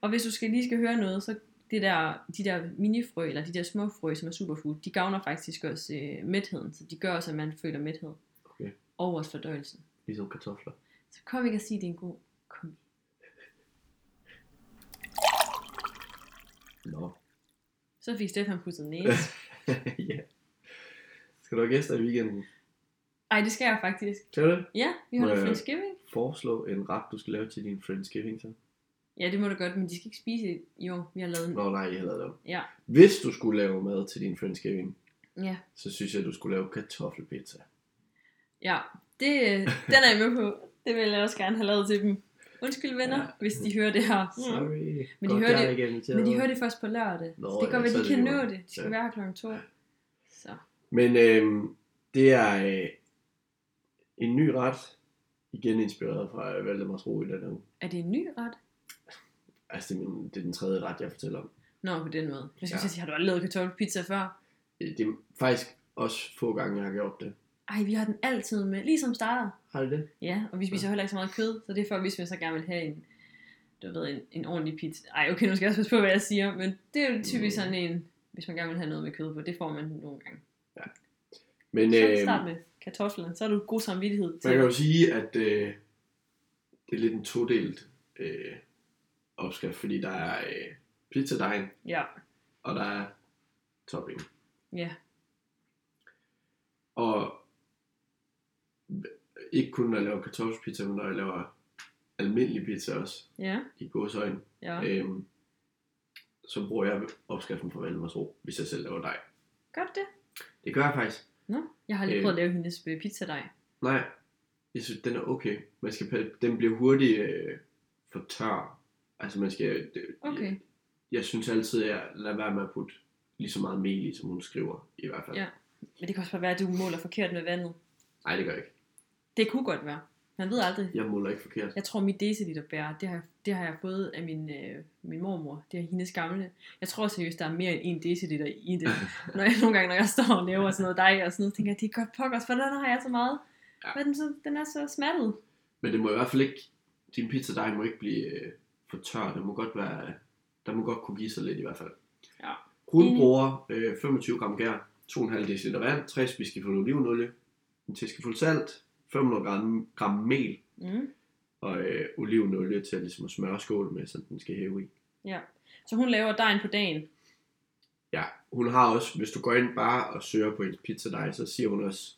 og hvis du skal lige skal høre noget, så det der, de der minifrø, eller de der små frø, som er superfood, de gavner faktisk også øh, mætheden, så de gør også, at man føler mæthed.
Okay.
Og også fordøjelsen.
Ligesom kartofler.
Så kom ikke og sige, at det er en god kombi.
Nå.
Så fik Stefan pudset næse.
ja. Skal du have gæster i weekenden?
Ej, det skal jeg faktisk.
Skal du det?
Ja, vi
Må
holder
jeg-
Thanksgiving.
Foreslå en ret, du skal lave til din Friendsgiving så.
Ja, det må du godt, men de skal ikke spise i år. Vi har lavet en...
Nå nej, jeg hedder det.
Ja.
Hvis du skulle lave mad til din Friendsgiving,
Ja,
så synes jeg, du skulle lave kartoffelpizza.
ja. Det, øh, den er jeg med på. Det vil jeg også gerne have lavet til dem. Undskyld venner, ja.
Ja.
hvis de hører det her. Mm.
Sorry.
Men de
Godt,
hører
jeg
det-
er ikke inviteret.
Men de hører det først på lørdag.
Nå,
Nå, det
ja,
kan godt
så er
være, de
det
kan
lige
nå
meget.
det. De skal
Ja.
være her klokken to. Så.
Men øh, det er øh, en ny ret, igen inspireret fra øh, Valdemars Ro i den her uge.
Er det en ny ret?
Altså, det er, min, det er den tredje ret, jeg fortæller om.
Nå, på den måde. Jeg skal
Ja.
ja. sige, har du aldrig lavet kartoffelpizza før?
Øh, Det er faktisk også få gange, jeg har gjort det.
Ej, vi har den altid med, ligesom starter.
Har du det?
Ja, og vi spiser heller ikke så meget kød, så det er for, hvis man så gerne vil have en, du ved, en, en ordentlig pizza. Ej, okay, nu skal jeg også passe på, hvad jeg siger, men det er jo typisk
Mm.
sådan en, hvis man gerne vil have noget med kød på, det får man nogle gange.
Men,
Så
øh,
start med kartoflerne, så har du god samvittighed.
Man
Til.
kan jo sige, at øh, det er lidt en todelt øh, opskrift, fordi der er øh, pizzadejen,
Ja,
og der er topping.
ja,
Og ikke kun når jeg laver kartoffelpizza, men når jeg laver almindelig pizza også,
ja,
i gåsøjne,
ja.
ja. øhm, så bruger jeg opskriften fra Valdemars Ro, hvis jeg selv laver dej.
Gør du det?
Det gør jeg faktisk.
Nå, jeg har lige
Øh.
prøvet at lave hendes øh, pizzadej.
Nej, jeg synes, den er okay. Man skal, pa- den bliver hurtigt øh, for tør. Altså man skal, det,
Okay,
jeg synes altid, at jeg lader være med at putte lige så meget mel i, som hun skriver, i hvert fald.
Ja. men det kan også bare være, at du måler forkert med vandet.
Nej, det gør jeg ikke.
Det kunne godt være. Man ved aldrig.
Jeg måler ikke forkert.
Jeg tror, mit deciliterbær, det har, det har jeg fået af min, øh, min mormor. Det er hendes gamle. Jeg tror seriøst, der er mere end en deciliter i det. Når jeg nogle gange, når jeg står og laver sådan noget dej og sådan noget, tænker jeg, det er godt pokkers, hvordan har jeg så meget?
Ja.
Ja. Hvad er den, så, den er så smattet.
Men det må i hvert fald ikke, din pizza dej må ikke blive øh, for tør. Det må godt være, der må godt kunne give sig lidt i hvert fald.
Ja.
Hun
Enig.
bruger øh, 25 gram gær, 2,5 dl vand, 3 spiseskefulde olivenolie, en teskefuld salt, 500 gram, gram mel
Mm.
og øh, olivenolie til at, ligesom at smøre skålen med, så den skal hæve i.
Ja. Så hun laver dejen på dagen.
Ja, hun har også, hvis du går ind bare og søger på hendes pizzadej, så siger hun også,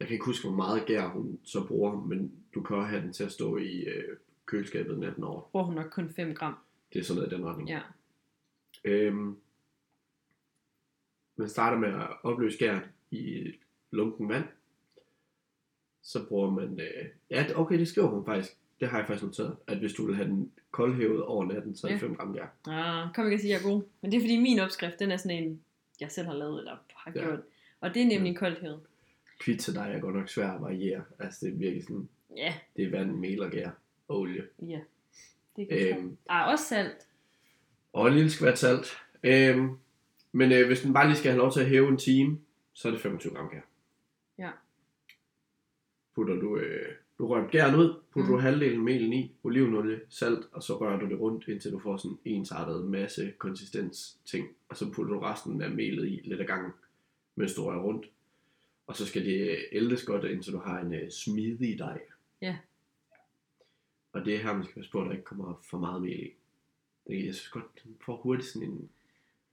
jeg kan ikke huske, hvor meget gær hun så bruger, men du kan også have den til at stå i øh, køleskabet natten over.
Bruger hun nok kun 5 gram.
Det er sådan noget i den retning.
Ja.
Øhm, man starter med at opløse gæren i lunken vand. Så bruger man... Øh, ja, okay, det skriver hun faktisk. Det har jeg faktisk noteret, at hvis du vil have den koldhævet over natten, så er det
Ja.
5 gram gær.
Ah, kom ikke at sige, at jeg er god. Men det er fordi min opskrift, den er sådan en, jeg selv har lavet eller har
Ja.
ja. gjort. Og det er nemlig en kold hævet.
Pizza der er godt nok svær at variere. Altså, det er virkelig sådan...
Ja,
Det er vand, mel og gær og olie.
ja. Det kan jeg tro.
Øhm,
Ah, også salt.
og en lille skvat salt. Øhm, men øh, hvis den bare lige skal have lov til at hæve en time, så er det 25 gram gær.
Ja.
Putter du, øh, du rører gæren ud, putter mm.
Mm.
du halvdelen melen i, olivenolie, salt, og så rører du det rundt, indtil du får sådan en ensartet masse konsistens ting. Og så putter du resten af melet i lidt ad gangen, mens du rører rundt. Og så skal det øh, ældes godt, indtil du har en øh, smidig dej.
Ja.
Og det er her, man skal passe på, at der ikke kommer for meget mel i. Det, jeg synes godt, den får hurtigt sådan en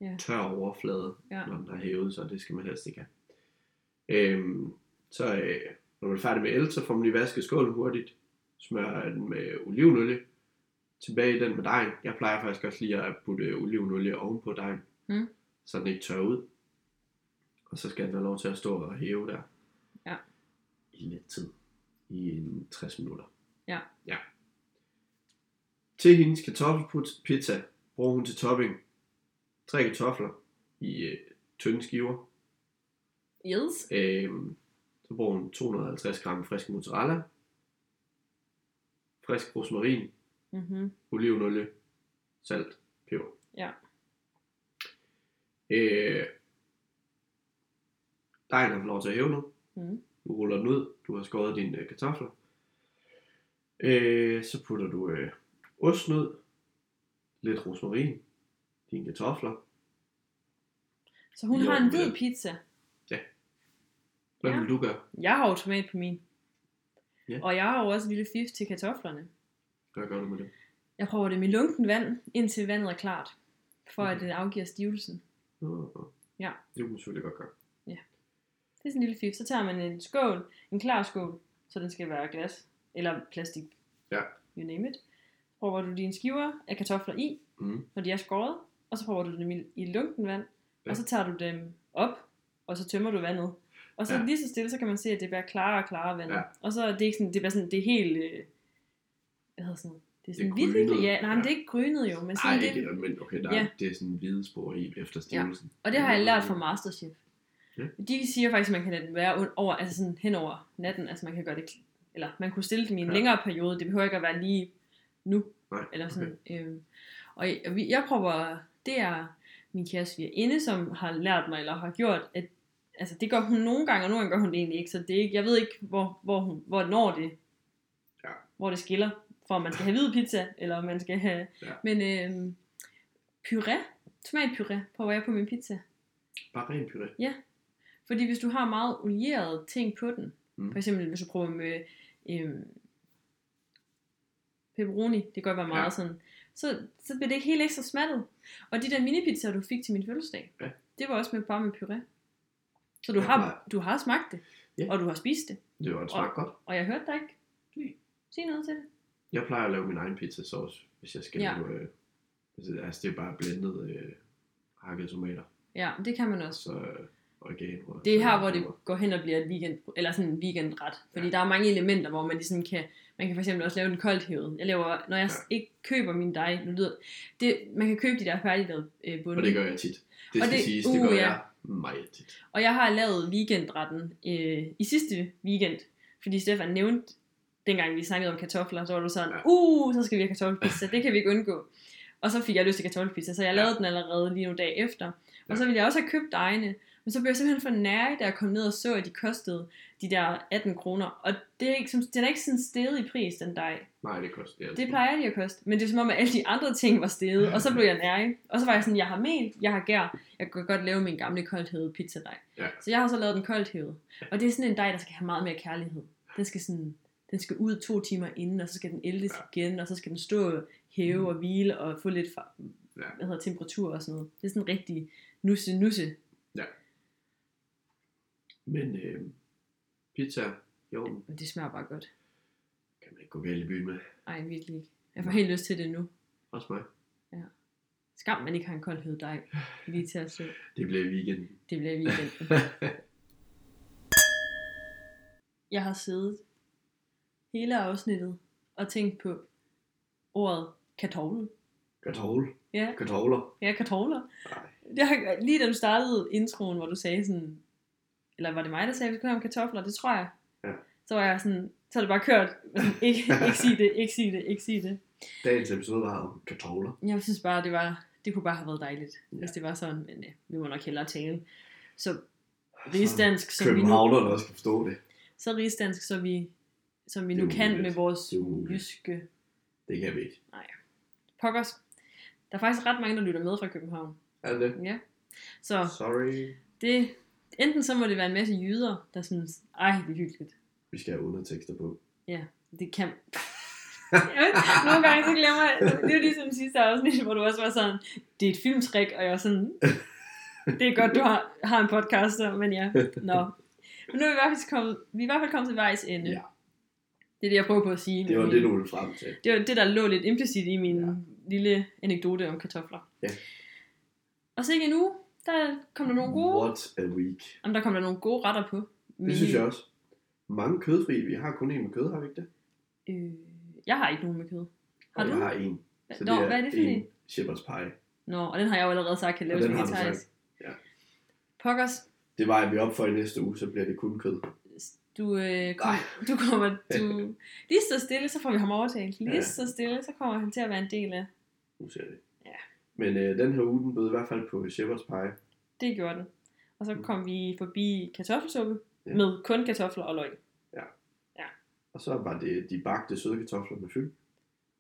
Ja.
tør overflade,
Ja.
når den har hævet sig, og det skal man helst ikke have. Øhm, så øh, når man er færdig med el, så får man lige vasket skålen hurtigt, smører den med olivenolie, tilbage i den med dejen. Jeg plejer faktisk også lige at putte olivenolie ovenpå dejen,
Mm.
så den ikke tørrer ud. Og så skal den have lov til at stå og hæve der.
Ja.
I lidt tid. I en 60 minutter.
Ja.
ja. Til hendes kartoffelpizza bruger hun til topping tre kartofler i øh, tynde skiver.
Yes.
Øhm, så bruger hun 250 gram frisk mozzarella, frisk rosmarin,
Mm-hmm.
olivenolie, salt, peber.
Ja.
Øh, dejen har fået lov til at hæve nu.
Mm.
Du ruller den ud. Du har skåret dine øh, kartofler. Øh, så putter du øh, ost ned, lidt rosmarin, dine kartofler.
Så hun
Jo,
har en hvid
men-
pizza.
Hvad
Ja.
vil du gøre?
Jeg har jo tomat på min.
Ja.
Og jeg har jo også en lille fif til kartoflerne.
Hvad gør du med det?
Jeg prøver det med lunken vand, indtil vandet er klart. For at øh,
Okay.
det afgiver stivelsen.
Nå, nå.
Ja.
Det kunne man selvfølgelig godt gøre.
Det er sådan en lille fif. Så tager man en skål, en klar skål, så den skal være glas eller plastik.
Ja.
You name it. Prøver du dine skiver af kartofler i,
Mm.
når de er skåret, og så prøver du dem i, i lunken vand,
Ja.
ja. og så tager du dem op, og så tømmer du vandet. Og så
Ja.
ja. lige så stille, så kan man se, at det bliver klarere og klarere vandet.
Ja.
Ja. Og så er det ikke sådan, det bliver sådan, det er helt, øh, hvad hedder sådan, noget, Det er
Det er
sådan vildt hyggeligt.
grynet,
Ja, nej, men
ja.
det er ikke grynet jo. Men sådan
Nej,
det,
ikke det, men okay, der er,
Ja.
det er sådan hvide spor i efter stivelse.
Og det har jeg lært fra Masterchef.
Mm. Ja.
De siger faktisk, at man kan lade den være un- over, altså sådan hen over natten. Altså man kan gøre det, eller man kunne stille dem i en
Ja.
ja. længere periode. Det behøver ikke at være lige nu.
Nej,
Eller sådan, okay. øhm, og jeg, og vi- jeg prøver, det er min kære svigerinde, som har lært mig, eller har gjort, at altså det gør hun nogle gange, og nogle gange gør hun det egentlig ikke. Så det er ikke, jeg ved ikke, hvor, hvor hun, hvornår det,
Ja.
hvor det skiller, for om man skal have hvid pizza, eller om man skal have,
Ja.
men øhm, puré, tomatpuré, prøver jeg på min pizza.
Bare ren puré.
Fordi hvis du har meget olierede ting på den,
Mm.
mm. for eksempel hvis du prøver med øhm, pepperoni, det kan godt være meget
Ja.
ja. sådan, så, så bliver det ikke helt ekstra smattet. Og de der minipizzaer, du fik til min fødselsdag,
Ja.
det var også med, bare med puré. Så du,
Ja, nej.
har, du har smagt det,
Ja.
og du har spist det,
Det var et smagt godt.
og jeg hørte dig ikke
Nej.
sige noget til det.
Jeg plejer at lave min egen pizzasauce, hvis jeg skal ja.
Ja.
lave... Øh, altså, altså, det er bare blandet øh, hakkede tomater,
Ja, men det kan man også.
så øh, oregano.
Det er
så-
her, hvor det går hen og bliver et weekend, eller sådan en weekendret. Fordi
Ja.
ja. der er mange elementer, hvor man ligesom kan, man kan for eksempel også lave den koldt hævet. Jeg laver, når jeg ja. ikke køber min dej, nu lyder det, man kan købe de der færdiglavede øh, bunde.
Og det gør jeg tit. Det
Og
skal det,
det-
siges, det
uh,
gør
ja.
jeg meget tit.
Og jeg har lavet weekendretten øh, i sidste weekend, fordi Stefan nævnte, dengang vi snakkede om kartofler, så var du sådan,
Ja.
uh, så skal vi have kartoffelpizza, det kan vi ikke undgå. Og så fik jeg lyst til kartoffelpizza, så jeg
Ja.
lavede den allerede lige nu dag efter.
Ja.
Og så ville jeg også have købt dejene, men så blev jeg simpelthen for nærig, da jeg kom ned og så, at de kostede de der 18 kroner. Og det er ikke, som, den er ikke sådan steget i pris, den dej.
Nej, det koster
Det plejer de at koste. Men det er som om, at alle de andre ting var steget, og så blev jeg nærig. Og så var jeg sådan, jeg har mel, jeg har gær, jeg kan godt lave min gamle koldt hævet pizzadej.
Ja.
Så jeg har så lavet den koldt hævet. Og det er sådan en dej, der skal have meget mere kærlighed. Den skal, sådan, den skal ud to timer inden, og så skal den eldes ja. igen, og så skal den stå og hæve og hvile og få lidt far-
Mm. Ja.
hvad hedder, temperatur og sådan noget. Det er sådan en rigtig nusse nusse.
Men øh, pizza, jo,
Men det smager bare godt.
kan man ikke gå galt i byen med.
Ej, virkelig ikke. Jeg får helt lyst til det nu.
Også mig.
Skam, man ikke har en kold hævet dej lige til at slå.
Det bliver i weekenden.
Det bliver weekenden. jeg har siddet hele afsnittet og tænkt på ordet kartoffel.
Kartoffel.
Ja,
Kartofler.
ja kartofler.
Nej.
Jeg, har- lige da du startede introen, hvor du sagde sådan, eller var det mig, der sagde, at vi skulle have om kartofler? Det tror jeg.
Ja.
Så var jeg sådan, så er det bare kørt. ikke, ikke sig det, ikke sig det, ikke sig det.
Dagens episode var om kartofler.
Jeg synes bare, det var, det kunne bare have været dejligt,
Ja.
ja. hvis det var sådan, men ja, vi må nok hellere tale. Så rigsdansk, som vi nu
Københavnerne også kan forstå det.
så rigsdansk, som vi, som vi
Det er
nu kan
umuligt.
med vores
Det er umuligt.
jyske
Det kan vi ikke.
pokkers. Der er faktisk ret mange, der lytter med fra København.
Er det det?
Ja. Så
Sorry.
det, enten så må det være en masse jyder, der synes, ej, det er hyggeligt.
Vi skal have undertekster på.
Det kan... Jeg ved, Nogle gange så glemmer jeg, det var ligesom sidste afsnit, hvor du også var sådan, det er et filmtrik, og jeg var sådan, det er godt, du har, har en podcast, så, men ja, nå. Men nu er vi i hvert fald kommet, vi er i hvert fald kommet til vejs ende.
Ja.
Det er det, jeg prøver på at sige.
Det var
men-
det, du ville frem til.
Det var det, der lå lidt implicit i min
Ja.
ja. lille anekdote om kartofler.
Ja.
Og så ikke endnu, der kom der nogle gode,
What a week.
jamen, der kom der nogle gode retter på.
Det synes jeg også. Mange kødfri. Vi har kun en med kød, har vi ikke det?
Øh, jeg har ikke nogen med kød. Har
Og
du?
Jeg har en.
Nå, hvad er det for en?
Shepherd's pie.
Nå, og den har jeg jo allerede sagt, kan
Og
laves
den har du
vegetarisk.
sagt, ja.
Pokkers,
Det vejer vi op for i næste uge, så bliver det kun kød.
du, øh, kom,
Ej.
du kommer, du, lige så stille, så får vi ham overtalt. Lige
Ja.
så stille, så kommer han til at være en del af.
Nu ser vi.
Ja.
Men øh, den her uge, den bød i hvert fald på Shepherd's pie.
Det gjorde den. Og så
Mm.
kom vi forbi kartoffelsuppe
Ja.
ja. med kun kartofler og løg.
Og så var det de bagte søde kartofler med fyld.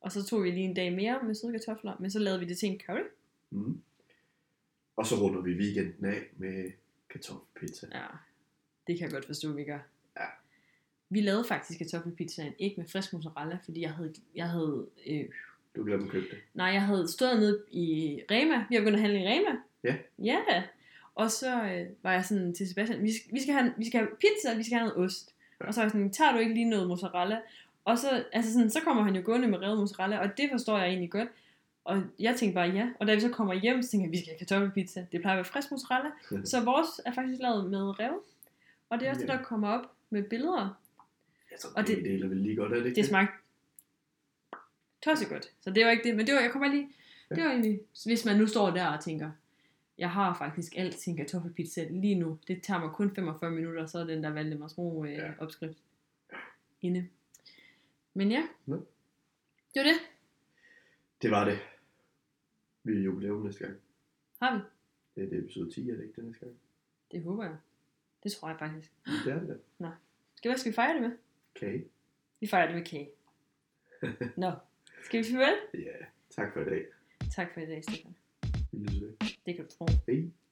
Og så tog vi lige en dag mere med søde kartofler, men så lavede vi det til en curry.
Mm. Og så runder vi weekenden af med kartoffelpizza.
Ja, det kan jeg godt forstå, vi gør.
Ja.
Vi lavede faktisk kartoffelpizzaen ikke med frisk mozzarella, fordi jeg havde, jeg havde, øh,
Du glemte at købe det.
nej, jeg havde stået nede i Rema. Vi har begyndt at handle i Rema.
Ja.
Ja da. Og så øh, var jeg sådan til Sebastian, vi skal, vi skal, have, vi skal have pizza, vi skal have noget ost.
Ja.
Ja. Og så var jeg sådan, tager du ikke lige noget mozzarella? Og så, altså sådan, så kommer han jo gående med revet mozzarella, og det forstår jeg egentlig godt. Og jeg tænkte bare ja, og da vi så kommer hjem, så tænker jeg, vi skal have kartoffelpizza. Det plejer at være frisk mozzarella. Så vores er faktisk lavet med rev. Og det er også det,
Ja.
der kommer op med billeder.
Jeg tror,
Og
det,
det-
deler vel lige godt, er det ikke?
Det smagte tossegodt. Så det var ikke det, men det var, jeg kunne bare lige,
Ja.
det var egentlig, hvis man nu står der og tænker, jeg har faktisk alt sin kartoffelpizza lige nu. Det tager mig kun 45 minutter, så er den der Valdemars Bro øh,
Ja.
opskrift inde. Men ja,
Nå.
det var det.
Det var det. Vi er jubilæum næste gang.
Har vi?
Det er det er episode 10, er det ikke det næste gang?
Det håber jeg. Det tror jeg faktisk.
Men Det er det. da.
Skal, hvad skal vi fejre det med?
Okay.
Vi fejrer det med kage. Nå, skal vi sige vel?
Ja, tak for i dag.
Tak for i dag, Stefan.
Vi lyttes ved.
Det kan du tro.
Hej.